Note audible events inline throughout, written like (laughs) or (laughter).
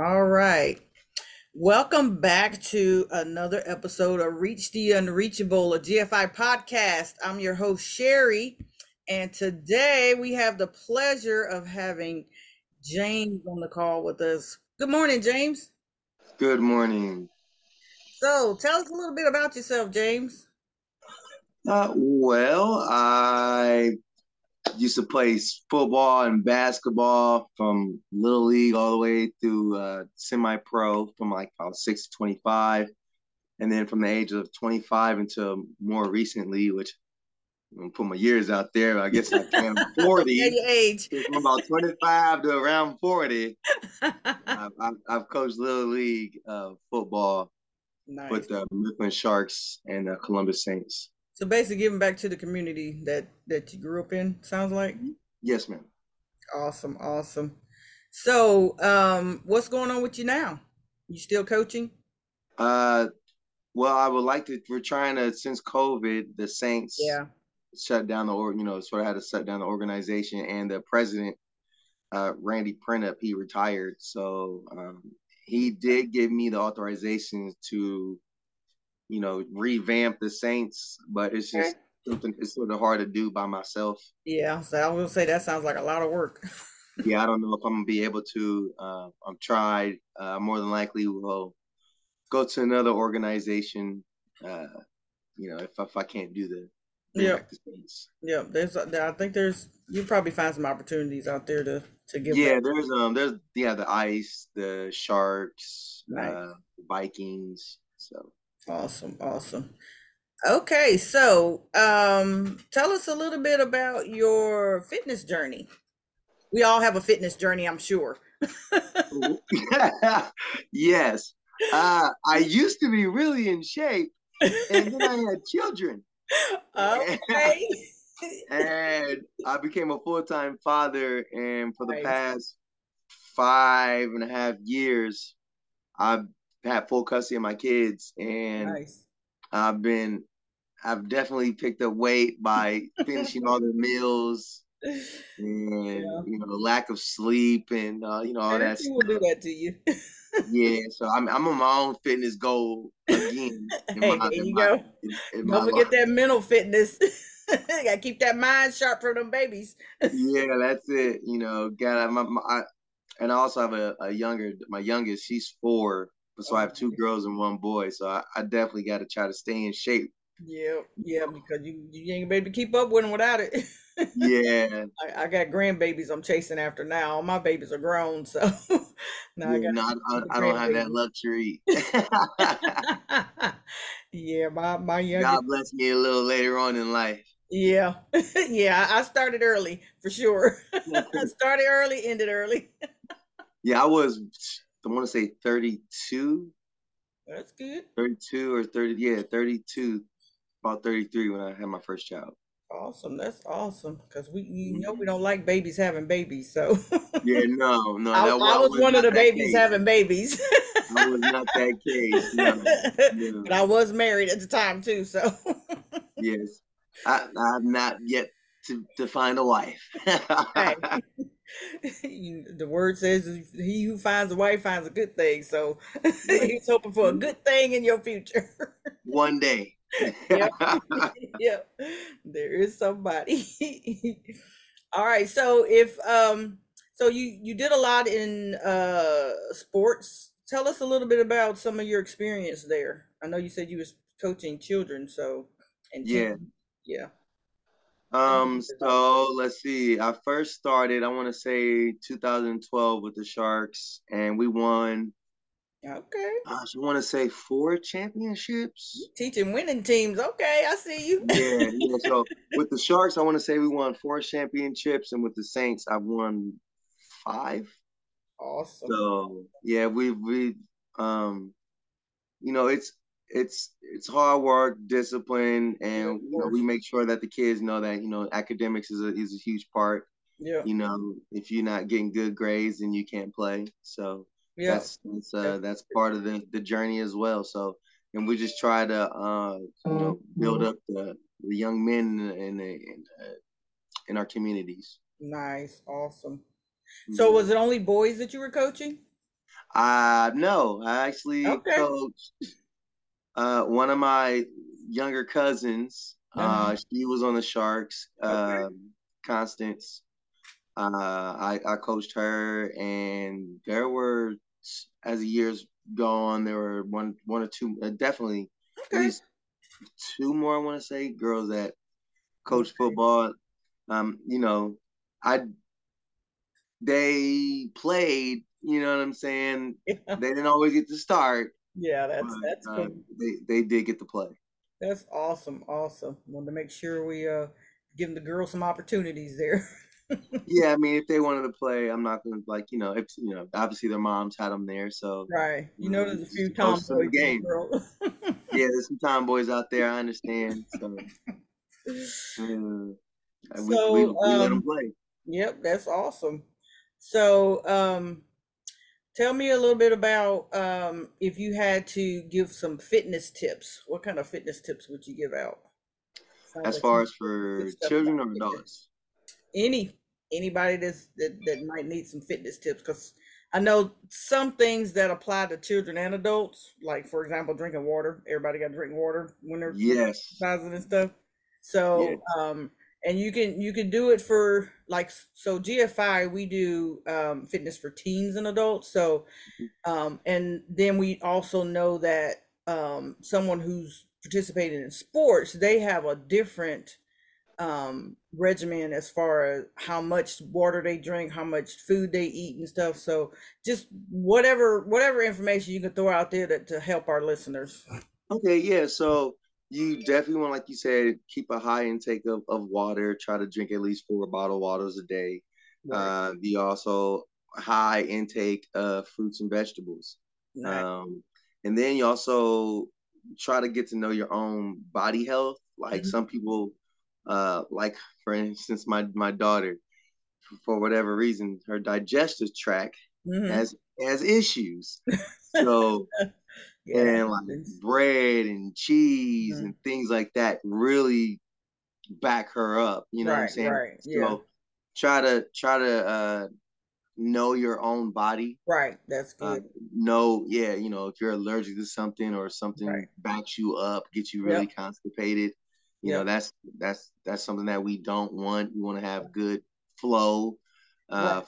All right. Welcome back to another episode of Reach the Unreachable, a GFI podcast. I'm your host, Sherry. And today we have the pleasure of having James on the call with us. Good morning, James. Good morning. So tell us a little bit about yourself, James. Uh, well, I used to play s- football and basketball from little league all the way through uh, semi-pro from like I was six to twenty-five, and then from the age of twenty-five until more recently, which I'm gonna put my years out there. but I guess I (laughs) can Yeah, forty. your age. (laughs) From about twenty-five to around forty, I've, I've, I've coached little league uh, football nice. with the Brooklyn Sharks and the Columbus Saints. So basically giving back to the community that that you grew up in, sounds like. Yes, ma'am. Awesome, awesome. So, um, what's going on with you now? You still coaching? Uh, Well, I would like to. We're trying to since COVID, the Saints Yeah. shut down the or you know sort of had to shut down the organization, and the president, uh, Randy Printup, he retired. So um, he did give me the authorization to you know revamp the Saints, but it's just something it's sort of hard to do by myself. Yeah. So I will say that sounds like a lot of (laughs) work. Yeah, I don't know if I'm gonna be able to. Uh, I'm tried. Uh, more than likely, will go to another organization. Uh, you know, if if I can't do the bring Yeah. back the Saints. Yeah. There's, I think there's, you probably find some opportunities out there to to give. Yeah, back. there's um there's yeah, the ice, the sharks, Nice. uh Vikings. (laughs) So (laughs) Awesome. Awesome. Okay. So, um, tell us a little bit about your fitness journey. We all have a fitness journey, I'm (laughs) sure. yes. Uh I used to be really in shape and then I had children (laughs) (laughs) Okay. and I became a full-time father and for the Nice. past five and a half years I've had full custody of my kids and nice. I've been I've definitely picked up (laughs) weight by finishing all their meals and Yeah. you know lack of sleep and uh, you know all that. Parenting will do that to you. stuff. Yeah, so I'm I'm on my own fitness goal (laughs) again. In Hey, my, there in you my- go. in- in my Don't forget life. that mental fitness. (laughs) Gotta keep that mind sharp for them babies. Yeah, that's it. You know, got my, my I, and I also have a, a younger my youngest. She's four, but so I have two girls and one boy. So I, I definitely got to try to stay in shape. Yeah, yeah, because you, you ain't gonna be able to keep up with them without it. (laughs) Yeah, I, I got grandbabies I'm chasing after now. All my babies are grown, so (laughs) now I yeah got no, I, I, keep the I don't have that grandbabies. luxury. (laughs) (laughs) yeah, my my youngest. God bless me a little later on (laughs) in life. Yeah, yeah, I started early for sure. (laughs) I started early, ended early. (laughs) Yeah, I was, I want to say 32, That's good. 32 or 30, yeah, 32, about 33 when I had my first child. Awesome. That's awesome. Because we, you know, Mhm. we don't like babies having babies. So (laughs) Yeah, no, no, I, I that wa- I was one of the not that babies case. having babies. I was not that (laughs) case. No, no, but I was married at the time too. So (laughs) yes. I, I've not yet to, to find a wife. (laughs) hey, (laughs) you, the word says he who finds a wife finds a good thing. So (laughs) Right. he's hoping for a good thing in your future. (laughs) One day. Yep. yeah, there is somebody. (laughs) All right, so if um, so you you did a lot in uh sports. Tell us a little bit about some of your experience there. I know you said you was coaching children, so and Yeah. teens. yeah, Um, so let's see. I first started, I want to say 2012 with the Sharks, and we won okay, gosh, I want to say four championships. teaching winning teams. Okay, I see you. Yeah, yeah. So with the Sharks, I want to say we won four championships, and with the Saints, I've won five. awesome. So yeah, we we um, you know, it's it's it's hard work, discipline, Yeah, and of you know, course. we make sure that the kids know that you know academics is a is a huge part. Yeah, You know, if you're not getting good grades, then you can't play. So yeah, that's that's uh that's part of the the journey as well so and we just try to uh you know build up the, the young men in in, in, uh, in our communities Mm-hmm. nice, awesome. So was it only boys that you were coaching? Uh, no, I actually Okay. coached uh, one of my younger cousins. Uh, Uh-huh. she was on the Sharks, Okay. um, Constance. Uh, I, I coached her, and there were, as the years go on, there were one, one or two, uh, definitely at Okay. least two more, I want to say, girls that coach Okay. football. Um, you know, I they played, you know what I'm saying? Yeah. They didn't always get to start, (laughs) Yeah, but that's that's uh, cool. they, they did get (laughs) to play. That's awesome. Awesome. Wanted to make sure we uh give the girls some opportunities there. (laughs) Yeah, I mean, if they wanted to play, I'm not gonna like, you know, if you know, obviously their moms had them (laughs) there, so Right. You know um, there's a it's just few the closest to the tomboys in the game. world. (laughs) Yeah, there's some tomboys out there, I understand. (laughs) So uh, we we So we let them um play. yep, that's awesome. So um tell me a little bit about um if you had to give some fitness tips, what kind of fitness tips would you give out? Sounds like As you far as know good for stuff about children or fitness. adults, any anybody that's that, that might need some fitness tips because i know some things that apply to children and adults like for example drinking water everybody got to drink water when they're when they're yes, exercising and stuff yeah, so um and you can you can do it for like so gfi we do um fitness for teens and adults so Mm-hmm. um, and then we also know that um, someone who's participating in sports, they have a different um, regimen as far as how much water they drink, how much food they eat, and stuff. So just whatever whatever information you can throw out there that to help our listeners. Okay, yeah. So you definitely want, like you said, keep a high intake of, of water. Try to drink at least four bottled waters a day. Right. Uh, be also high intake of fruits and vegetables. Nice. Um, and then you also try to get to know your own body health. Like Mm-hmm. some people, uh, like for instance, my my daughter, for whatever reason, her digestive tract Mm-hmm. has (laughs) has issues. So Yeah, that and like happens. bread and cheese Mhm. and things like that really back her up. You know what I'm Right. saying? Right. Yeah. So try to try to uh, know your own body. Right. That's Uh, good. know, yeah, you know, if you're allergic to something or something Right. backs you up, gets you really Yep. constipated. You know, Yep. that's that's that's something that we don't want. We want to have good flow uh, Right.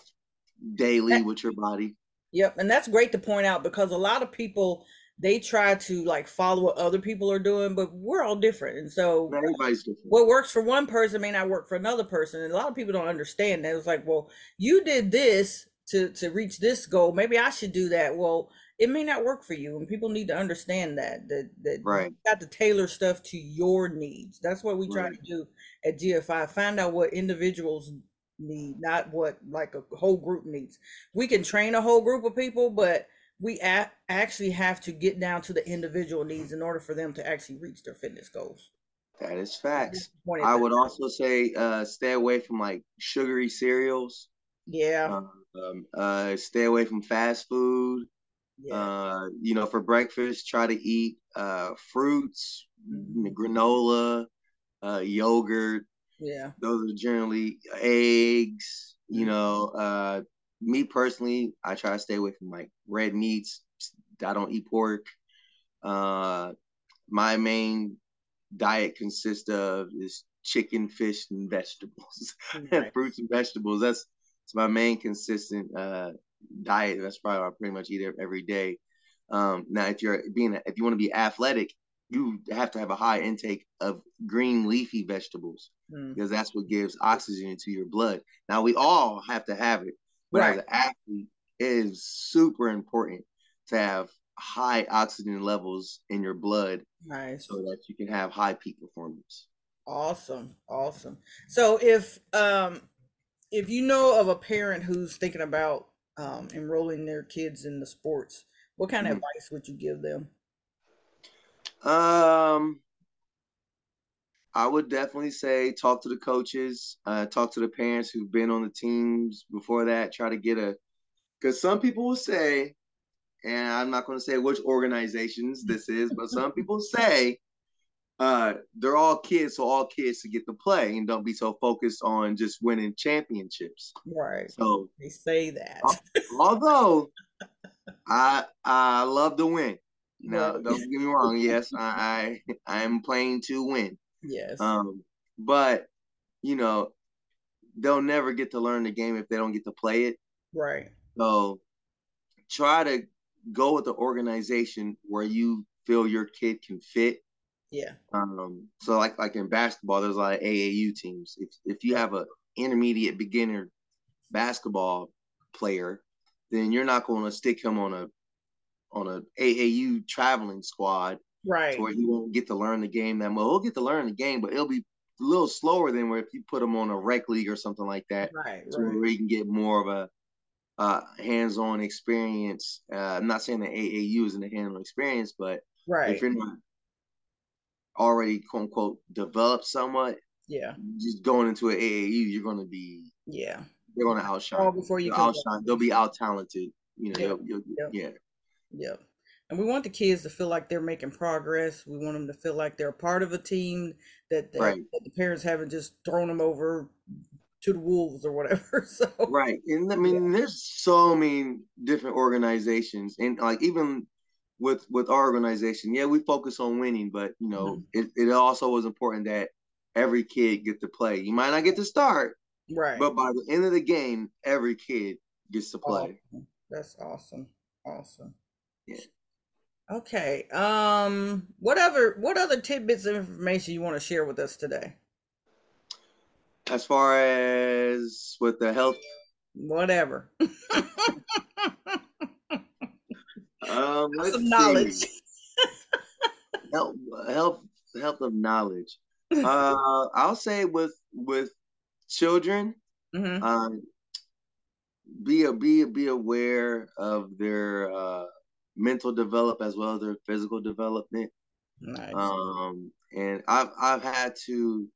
daily That- with your body. Yep, and that's great to point out because a lot of people they try to like follow what other people are doing, but we're all different. And so Now, Everybody's different. what works for one person may not work for another person. And a lot of people don't understand that. It's like, well, you did this to to reach this goal. Maybe I should do that. Well, it may not work for you. And people need to understand that that that you Right, got to tailor stuff to your needs. That's what we try right. to do at GFI. Find out what individuals need, not what like a whole group needs. We can train a whole group of people, but we a- actually have to get down to the individual needs in order for them to actually reach their fitness goals. That is I facts. just pointed I that would also say uh, stay away from like sugary cereals. Yeah, Um, um, uh, stay away from fast food. yeah. Uh, you know, for breakfast, try to eat uh, fruits, mm, hmm granola, uh, yogurt. Yeah. Those are generally eggs. You Mm. know, uh, me personally, I try to stay away from like red meats. I don't eat pork. Uh, my main diet consists of is chicken, fish, and vegetables, (laughs) Right. fruits and vegetables. That's it's my main consistent uh, diet. That's probably what I pretty much eat ev- every day. Um, now, if you're being if you want to be athletic, you have to have a high intake of green leafy vegetables Mm. because that's what gives oxygen to your blood. Now, we all have to have it, but as Right. an athlete, it is super important to have high oxygen levels in your blood so Nice. that you can have high peak performance. Awesome. Awesome. So if um if you know of a parent who's thinking about um enrolling their kids in the sports, what kind of Mhm. advice would you give them? Um, I would definitely say talk to the coaches, uh, talk to the parents who've been on the teams before that. Try to get a because some people will say, and I'm not going to say which organizations this is, but some people say uh, they're all kids, so all kids to get to play and don't be so focused on just winning championships. Right. So, (laughs) They say that. al- although I I love to win. No, don't get me wrong. Yes, I I am playing to win. Yes. Um, but you know, they'll never get to learn the game if they don't get to play it. right. So try to go with the organization where you feel your kid can fit. Yeah. Um, so like like in basketball, there's a lot of AAU teams. If if you have a intermediate beginner basketball player, then you're not going to stick him on a on a AAU traveling squad Right. where he won't get to learn the game that much. He'll get to learn the game, but it'll be a little slower than where if you put him on a rec league or something like that, Right. to Right. where he can get more of a uh, hands-on experience. Uh, I'm not saying that AAU isn't a hands-on experience, but if Right. you're not already quote unquote developed somewhat, Yeah. just going into an AAU, you're gonna be Yeah. they're gonna All outshine. before you They'll can. outshine. They'll be out talented. You know, Yeah. you'll, you'll, Yeah. yeah. Yeah. And we want the kids to feel like they're making progress. We want them to feel like they're a part of a team that, that, Right. that the parents haven't just thrown them over to the wolves or whatever. (laughs) So Right. And I mean, there's so many different organizations, and like even with with our organization, yeah, we focus on winning, but you know, Mm-hmm. it, it also was important that every kid get to play. You might not get to start, right. but by the end of the game, every kid gets to play. Awesome. That's awesome. Awesome. Yeah. Okay. Um, what other what other tidbits of information you want to share with us today? As far as with the health, Whatever. (laughs) um, let's Some see. knowledge. health health health of (laughs) knowledge uh i'll say with with children Mhm. um be a be be aware of their uh mental develop as well as their physical development Nice. um and i've i've had to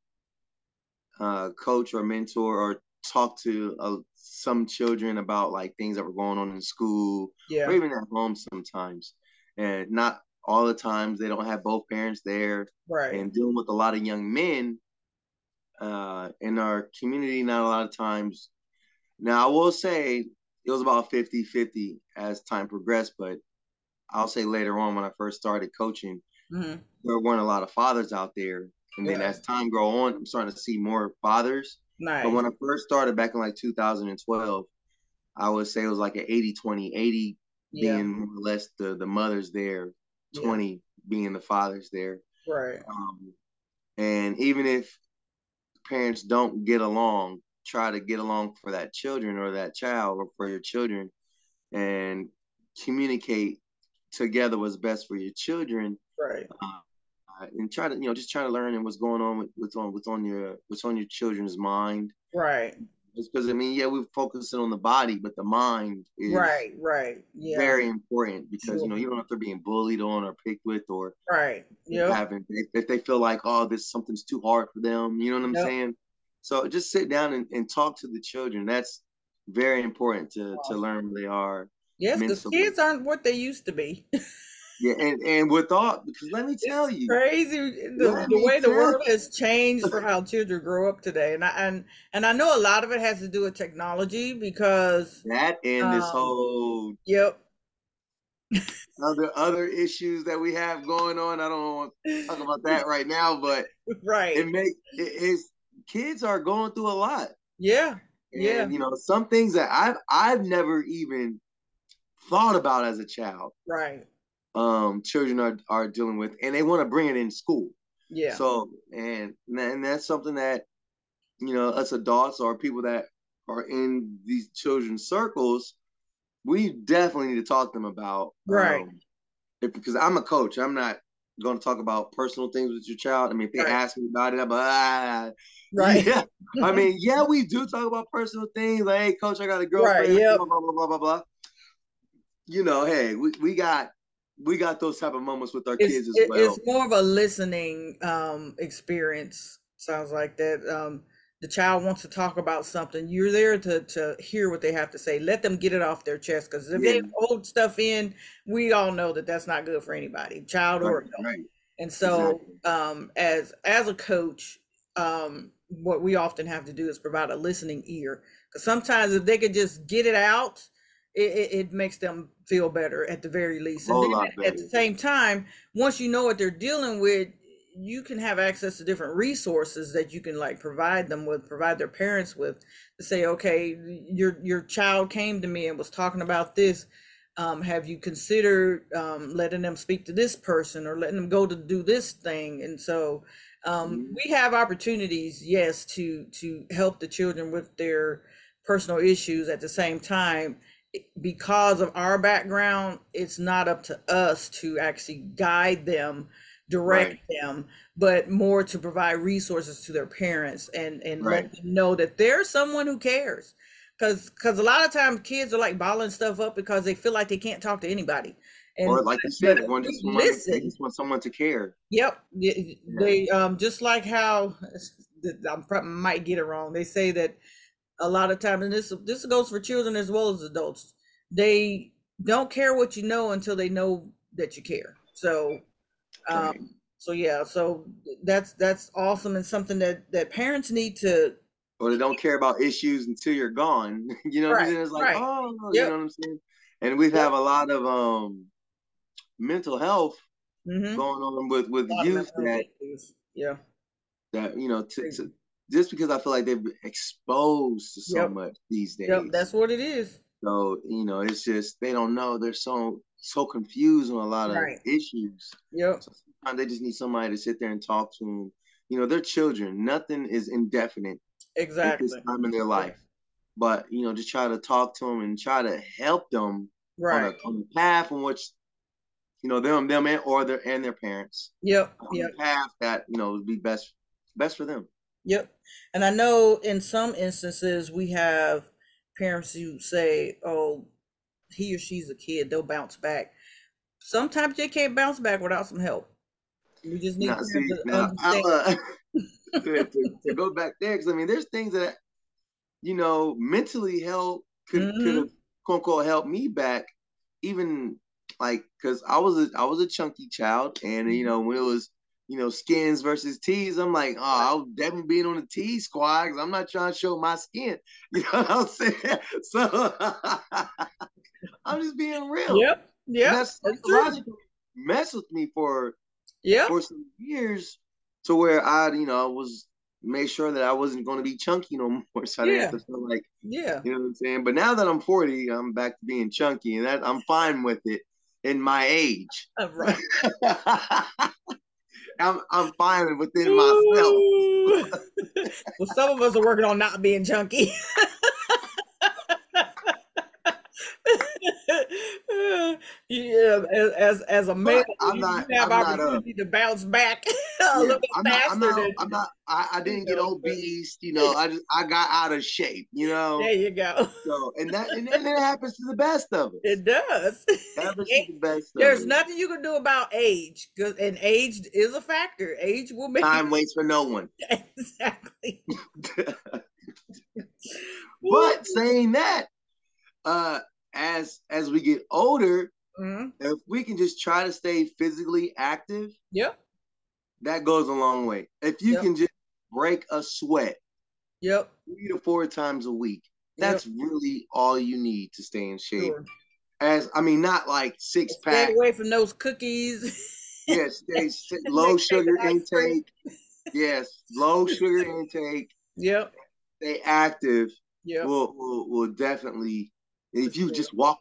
uh coach or mentor or talk to uh, some children about like things that were going on in school or yeah. even at home sometimes and not all the times they don't have both parents there Right. and dealing with a lot of young men uh, in our community not a lot of times now i will say it was about 50-50 as time progressed but i'll say later on when i first started coaching Mhm. there weren't a lot of fathers out there and then Right. as time grow on i'm starting to see more fathers Nice. but when i first started back in like 2012 i would say it was like an 80-20 80 yeah. being more or less the, the mothers there Yeah. 20 being the fathers there Right. um, and even if parents don't get along, try to get along for that children or that child or for your children and communicate together what's best for your children Right. uh, and try to you know just try to learn and what's going on with what's on what's on your what's on your children's mind Right. just because i mean yeah we're focusing on the body but the mind is Right. Right. Yeah. very important because you know Sure. you don't have to being bullied on or picked with or Right. yeah. Yep. having if, if they feel like oh this something's too hard for them you know what i'm Yep. saying so just sit down and, and talk to the children that's very important to to Awesome. learn where they are Yes, because mentally. kids aren't what they used to be. (laughs) yeah and and with all because let me tell It's you crazy eh, the, Let the me way the tell world has changed (laughs) for how children grow up today, and I and and I know a lot of it has to do with technology because that and this Um, whole yep, other other issues that we have going on i don't want to talk about that right now but it (laughs) right, make it is kids are going through a lot yeah, Yeah. and you know some things that i've i've never even thought about as a child right, um children are, are dealing with and they want to bring it in school yeah, so and and that's something that you know us adults or people that are in these children's circles we definitely need to talk to them about Right. um, if- because i'm a coach i'm not going to talk about personal things with your child i mean if they Right. ask me about it i'm like, ah, right, yeah. (laughs) I mean, yeah, we do talk about personal things. Like, hey, coach, I got a girlfriend. yep. Blah blah blah blah blah blah. You know, hey, we, we got we got those type of moments with our It's kids as it- well. it's more of a listening um experience. Sounds like that. Um, the child wants to talk about something. You're there to to hear what they have to say. Let them get it off their chest because if they Yeah. hold stuff in, we all know that that's not good for anybody, child or Right, adult. right. And so, um, as as a coach, um, what we often have to do is provide a listening ear. Because sometimes if they could just get it out it, it, it makes them feel better at the very least. And Whole then lot at- at the better. same time, once you know what they're dealing with, you can have access to different resources that you can like provide them with, provide their parents with, to say, okay, your your child came to me and was talking about this. Um, have you considered um, letting them speak to this person or letting them go to do this thing? And so um, we have opportunities, yes, to to help the children with their personal issues at the same time it- because of our background it's not up to us to actually guide them direct Right. them but more to provide resources to their parents and and Right. let them know that there's someone who cares because because a lot of times kids are like balling stuff up because they feel like they can't talk to anybody and Or like you said, but everyone if just you want, they listen- just want someone to care. Yep, y- Yeah. they um just like how I probably might get it wrong. They say that a lot of times, and this this goes for children as well as adults. They don't care what you know until they know that you care. So, Right. um, so yeah, so that's that's awesome and something that that parents need to Or they don't care about issues until you're gone. (laughs) You know what I'm Right, saying? It's like, right. oh, Yep. you know what I'm saying? And we have a lot of um mental health mhm, going on with with lot of youth mental that health issues. Yeah. that you know to, Crazy. to, just because I feel like they've been exposed to so Yep. much these days. Yep, that's what it is. so you know, it's just they don't know. They're so so confused on a lot of Right. issues. Yep. So sometimes they just need somebody to sit there and talk to them. You know, they're children. Nothing is indefinite at this Exactly. time in their life. But you know, just try to talk to them and try to help them on Right. a on the path on which you know them them and or their and their parents Yep. on Yep. the path that you know would be best best for them. Yep. And I know in some instances we have parents who say, oh, he or she's a kid, they'll bounce back. Sometimes they can't bounce back without some help. We just need Now, parents see, to now understand. I'll, uh, (laughs) to, to- to go back there because I mean, there's things that you know mentally help could Mm-hmm. could have quote unquote helped me back, even like because I was a, I was a chunky child, and Mm-hmm. you know when it was you know skins versus tees, I'm like, oh, I'll definitely be on the tee squad because I'm not trying to show my skin. (laughs) You know what I'm saying? (laughs) So I'm just being real. Yep. And Yep. that's That's true. psychologically messed with me for Yep. for some years to where I, you know, I was made sure that I wasn't going to be chunky no (laughs) more, so I didn't have to feel like, Yeah. you know what I'm saying. But now that I'm 40, I'm back to being chunky, and that I'm fine with it in my age. (laughs) Uh, Right. I'm I'm fine within myself. Ooh. (laughs) Well, some of us are working on not being junky. (laughs) yeah, as as, as a man, I'm you, not- you have I'm not, uh, opportunity to bounce back (laughs) a Yeah, little bit I'm not. faster I'm not. than I'm not. I, I didn't get know, but- obese. You know, I just I got out of shape. You know, there you go. so and that and, and it happens to the best (laughs) of us. It (laughs) does. happens to the best. of There's us. nothing you can do about age, 'cause- and age is a factor. Age will make Time waits for no one. (laughs) (laughs) exactly. But saying that, uh, as as we get older, Mhm. if we can just try to stay physically active, yep, that goes a long way. If you Yep. can just break a sweat yep, three to four times a week, yep, that's really all you need to stay in shape. sure. As I mean, not like six Stay pack. away from those cookies. (laughs) Yes, stay, stay low Next day, sugar ice cream. intake. Yes, low sugar intake. Yep, Stay active. yep. will will will definitely if you sure. just walk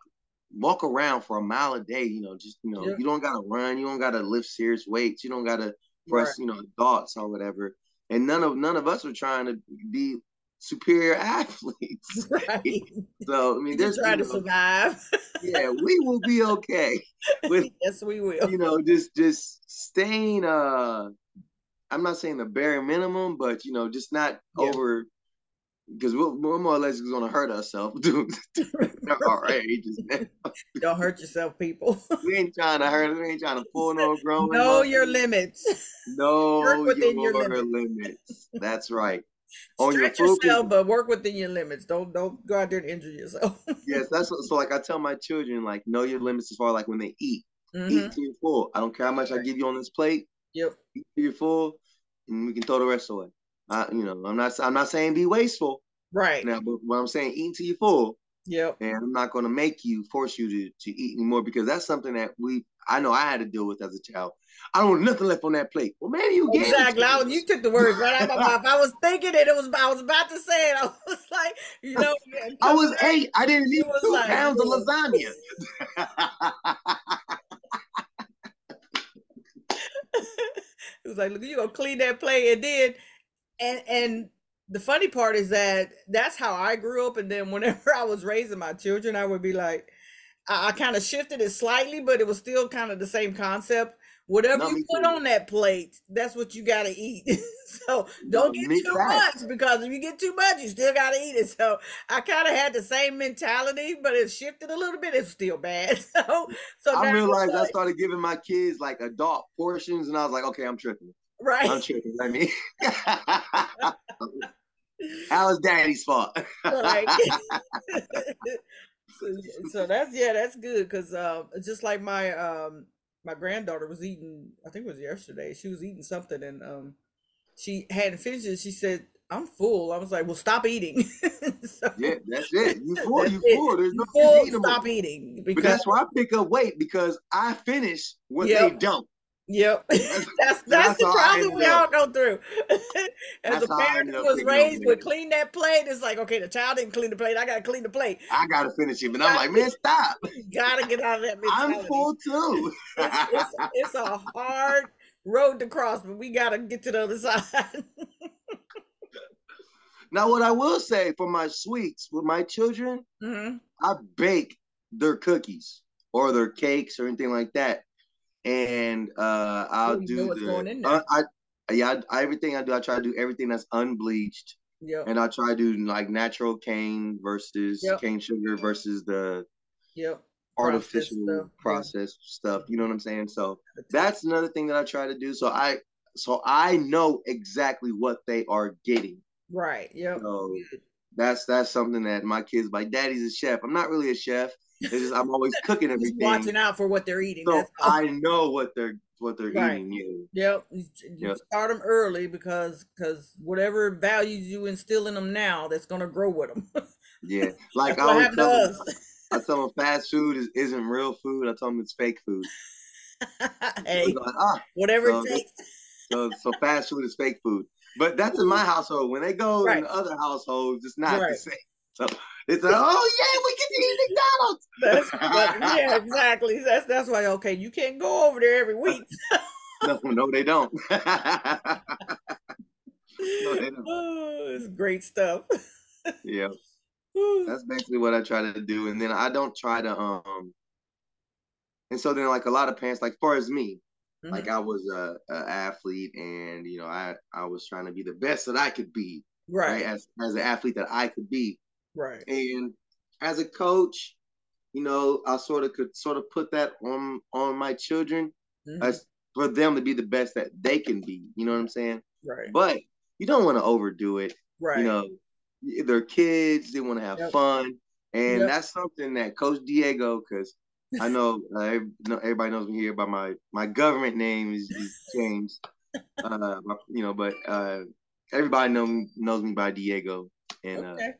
walk around for a mile a day, you know, just you know, Yeah. you don't gotta run, you don't gotta lift serious weights, you don't gotta Right. press, you know, dots or whatever. And none of none of us are trying to be superior (laughs) athletes. Right. (laughs) So I mean Just there's trying you to know, survive. (laughs) yeah, we will be okay with yes, we will. you know, just just staying uh I'm not saying the bare minimum, but you know, just not Yeah. over because we're, we're more or less going to hurt ourselves (laughs) doing our ages. man. Don't hurt yourself, people. (laughs) (laughs) We ain't trying to hurt. We ain't trying to pull no grown. know no- your limits. (laughs) Work Know within your your limits. That's right. (laughs) On Oh, your Stretch food yourself, but work within your limits. Don't don't go out there and injure yourself. (laughs) Yes, that's what- so. Like I tell my children, like know your limits as far like when they eat. Mhm. Eat till you're full. I don't care how much I give you on this plate. Yep. Eat till you're full, and we can throw the rest away. I, you know, I'm not. I'm not saying be wasteful Right. now, but what I'm saying, eat till you're full. Yep. And I'm not going to make you force you to, to eat anymore because that's something that we I know I had to deal with as a child. I don't want nothing left on that plate. Well, man, you gave it to Exactly. me. I was, Oh, you took the words right out of my mouth. I was thinking it. It was. I was about to say it. (laughs) I was like, you know. (laughs) I was eight. I didn't eat It was two like- pounds of lasagna. It was like, look, you gonna clean that plate, and then, and and the funny part is that that's how I grew up, and then whenever (laughs) I was raising my children, I would be like, I, I kind of shifted it slightly, but it was still kind of the same concept. Whatever No, you me put too. on that plate, that's what you gotta eat. (laughs) so (laughs) don't get me too fact. much because if you get too much, you still gotta eat it. (laughs) So I kind of had the same mentality, but it shifted a little bit. It's still bad. (laughs) So so now I it's realized I like- (laughs) started giving my kids like adult portions, and I was like, okay, I'm tripping. right. I'm tripping. I mean, (laughs) how is daddy's fault? (laughs) Right. (laughs) so, so that's yeah, that's good because um, it's just like my um my granddaughter was eating, I think it was yesterday. She was eating something and um she hadn't finished it. She said, "I'm full." I was like, "Well, stop eating." (laughs) So, yeah, that's it. You fool, that's you it. fool. There's You no full, reason to eat 'em all. stop eating But because that's why I pick up weight because I finish what they Yep. don't. Yep, (laughs) that's that's, the how I problem ended we all up. go through. (laughs) As a That's how I parent ended who up was picking up raised with weight. clean that plate, it's like okay, the child didn't clean the plate. I gotta clean the plate. I gotta finish it, but I'm (laughs) like, man, stop. You gotta get out of that mentality. I'm full too. it's, it's, it's a hard road to cross, but we gotta get to the other (laughs) side. now, what I will say for my sweets with my children, Mhm. I bake their cookies or their cakes or anything like that, and uh, I'll Ooh, you know do what's the. going in uh, I, yeah, I, everything I do, I try to do everything that's unbleached, Yep, and I try to do like natural cane versus Yep. cane sugar versus the yep. Processed artificial stuff, yeah. processed stuff. You know what I'm saying? So that's another thing that I try to do. So I so I know exactly what they are getting. Right. Yep. So that's that's something that my kids like, Daddy's a chef. I'm not really a chef. It's just I'm (laughs) always cooking Just everything. watching out for what they're eating. So that's all. I know what they're what they're Right. eating. Yeah. Yep. You t- you Yep. start them early because because whatever values you instill in them now, that's gonna grow with them. (laughs) Yeah. Like that's I what always happened to tell them, us. I tell them fast food is, isn't real food. I tell them it's fake food. They're (laughs) hey, like, ah, whatever so it this- takes. So, so fast food is fake food. But that's in my household. When they go Right. in other households, it's not Right. the same. So it's like, oh yeah, we get (laughs) That's, to eat that- (laughs) yeah, exactly. That's that's why. Okay, you can't go over there every (laughs) week. McDonald's. no, (laughs) no, they don't. (laughs) they don't. Oh, it's great stuff. yeah, Whew. that's basically what I try to do. And then I don't try to um. And so then, like a lot of parents, like far as me, like Mhm. I was a, a athlete, and you know, I I was trying to be the best that I could be, right? Right, As as an athlete that I could be, right, and as a coach you know i sort of could sort of put that on on my children mhm, as for them to be the best that they can be you know what i'm saying right, but you don't want to overdo it you right. know they're kids they want to have Yep. fun and Yep. that's something that coach diego because i know uh, ev- no- everybody knows me here by my my government name is, is (laughs) james uh you know but uh everybody know, knows me by diego and uh Okay.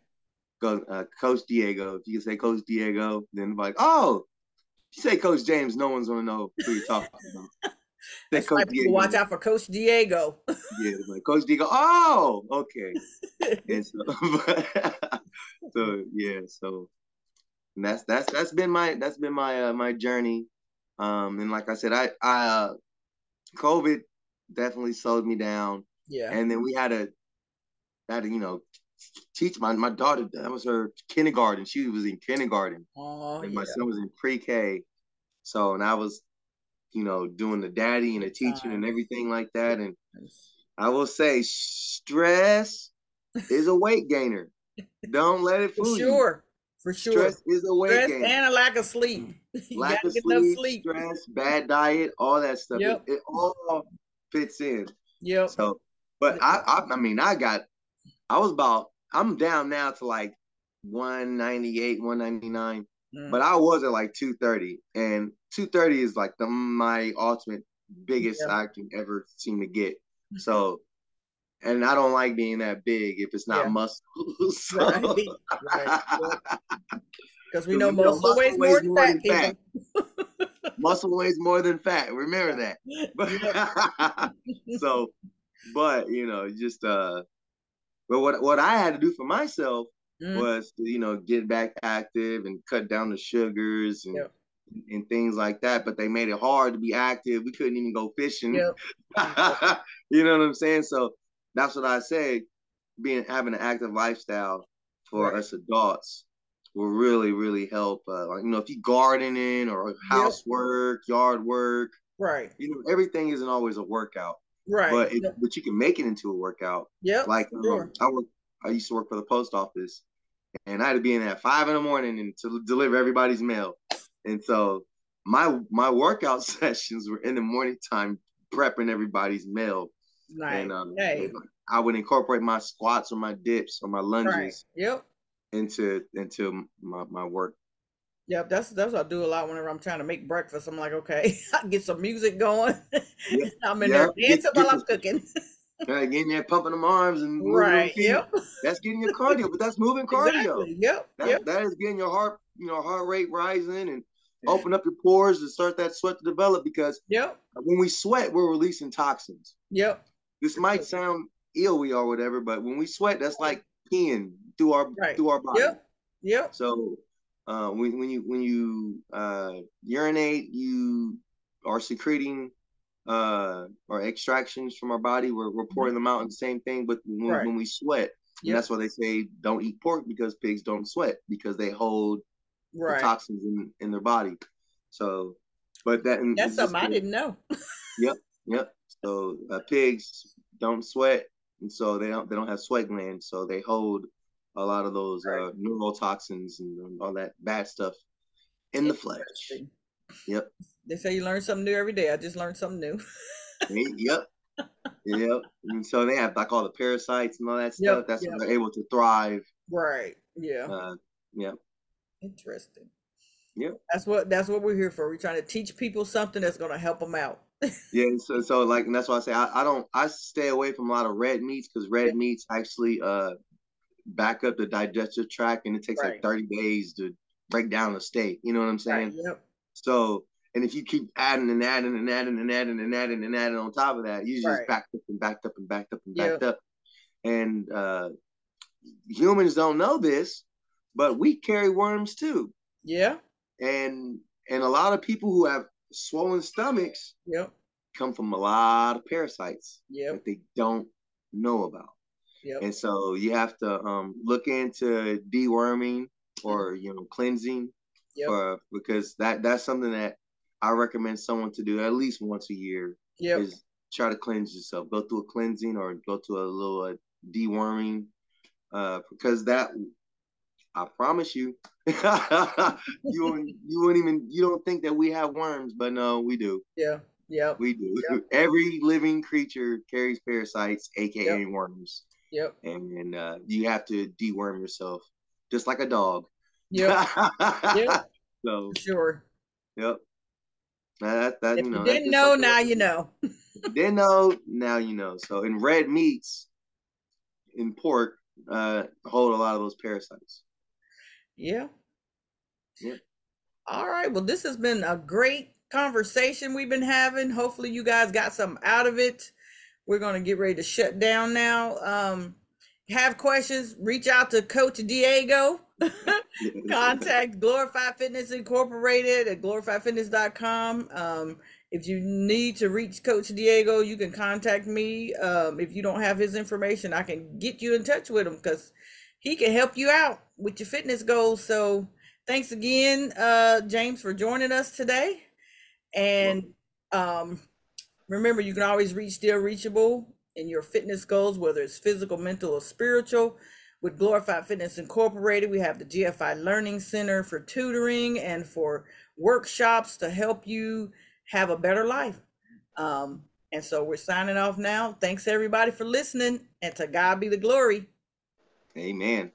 go uh, Coach Diego. If you can say Coach Diego, then like, oh, if you say Coach James, no one's gonna know who you're talking (laughs) about. Say That's why Coach people Diego. watch out for Coach Diego. Yeah, they're like Coach Diego. Oh, okay. (laughs) And so, (laughs) so yeah, so and that's that's that's been my that's been my uh, my journey. Um, and like I said, I I uh, COVID definitely slowed me down, Yeah, and then we had a had to you know teach my my daughter that was her kindergarten. She was in kindergarten. oh and yeah, my son was in pre-K. So and I was, you know, doing the daddy and the teaching and Times. everything like that. And I will say, stress is a weight (laughs) gainer. Don't let it for fool you. sure, for sure. Stress is a weight Stress gainer. and a lack of sleep. (laughs) You Lack gotta of get enough sleep, sleep. stress, bad diet, all that stuff. It- Yep. It, all fits in. (laughs) Yep. So, but I, I, I mean, I got, I was about, I'm down now to like 198, 199. Mm. but I was at like 230, and 230 is like the my ultimate biggest Yeah. Mm-hmm. I can ever seem to get. So, and I don't like being that big if it's not Yeah. muscle. (laughs) So, (laughs) Right. Right. Yep. Because we know muscle weighs more than fat. people. muscle weighs more than fat. Remember that. But, (laughs) so, but you know, just uh, but what what I had to do for myself Mm, was to, you know get back active and cut down the sugars and Yep. and things like that. But they made it hard to be active. We couldn't even go fishing. (laughs) yep. (laughs) you know what I'm saying? So that's what I say. Being having an active lifestyle for Right. us adults will really, really help. Uh, like you know, if you gardening or housework, yard work, Right. you know, everything isn't always a workout, Right. but it, yep. but you can make it into a workout. yep, Like um, sure. I work, I used to work for the post office, and I had to be in at five in the morning and to deliver everybody's mail. And so my my workout (laughs) sessions were in the morning time, prepping everybody's mail. Nice. And um, Hey. I would incorporate my squats or my dips or my lunges Right. Yep. into into my, my work. Yep. That's that's what I do a lot whenever I'm trying to make breakfast. I'm like, okay, (laughs) I get some music going. Yep, (laughs) I'm in there yep, get- dancing while get I'm cooking. Kinda getting there, pumping them arms and moving them right. feet. Yep. (laughs) That's getting your cardio, but that's moving cardio. Exactly. Yep. That, Yep. that is getting your heart, you know, heart rate rising and open up your pores and start that sweat to develop because Yep. when we sweat, we're releasing toxins. Yep. This might sound ill we are whatever, but when we sweat, that's like peeing through our Right. through our body. Yep. Yep. So uh, when when you when you uh, urinate, you are secreting uh, or extractions from our body. We're, we're pouring them out, and same thing. But when, Right. when we sweat, Yep. and that's why they say don't eat pork because pigs don't sweat because they hold the Right. toxins in, in their body. So, but that and That's it's just something I the- didn't know. Yep. So uh, pigs don't sweat, and so they don't they don't have sweat glands, so they hold a lot of those Right. uh, neurotoxins and all that bad stuff in the flesh. Interesting. Yep. They say you learn something new every day. I just learned something new. (laughs) They- yep. Yep. And so they have like all the parasites and all that stuff. Yep, That's yep. Uh-huh. when they're able to thrive. Right. Yeah. Uh, yep. Interesting. Yep. That's what that's what we're here for. We're trying to teach people something that's gonna help them out. (laughs) Yeah. and So so like and that's why I say I, I don't I stay away from a lot of red meats because red Yep. meats actually uh back up the digestive tract and it takes Right. like 30 days to break down a steak. You know what I'm saying? Right. Yep. So, and if you keep adding and adding and adding and adding and adding and adding on top of that, you just Right. backed up and backed up and backed up and Yeah. backed up. And uh, humans don't know this, but we carry worms too. Yeah. And and a lot of people who have swollen stomachs Yep. come from a lot of parasites Yep. that they don't know about. Yep. And so you have to um, look into deworming or you know cleansing Yep. for because that that's something that I recommend someone to do at least once a year Yep. is try to cleanse yourself. Go through a cleansing or go to a little uh, deworming uh, because that I promise you (laughs) you won't, you won't even you don't think that we have worms, but no, we do. Yeah. Yep. We do. Yep. (laughs) Every living creature carries parasites, aka worms (laughs) Yep. and, and uh, you have to deworm yourself just like a dog. Yep. (laughs) Yep. So Sure. yep, that, that If you know. you that's didn't just know, something now that- you know. Didn't know, now you know. So in red meats, in pork, uh, hold a lot of those parasites. Yeah. Yep. All right. Well, this has been a great conversation we've been having. Hopefully, you guys got some out of it. We're going to get ready to shut down now. Um, have questions? Reach out to Coach Diego. (laughs) Contact Glorified Fitness Incorporated at glorifiedfitness.com. Um, if you need to reach Coach Diego, you can contact me. Um, if you don't have his information, I can get you in touch with him because he can help you out with your fitness goals. So, thanks again, uh, James, for joining us today. And um, remember, you can always reach the reachable in your fitness goals, whether it's physical, mental, or spiritual. With Glorified Fitness Incorporated, we have the GFI Learning Center for tutoring and for workshops to help you have a better life. Um, and so we're signing off now. Thanks everybody for listening, and to God be the glory. (laughs) Amen.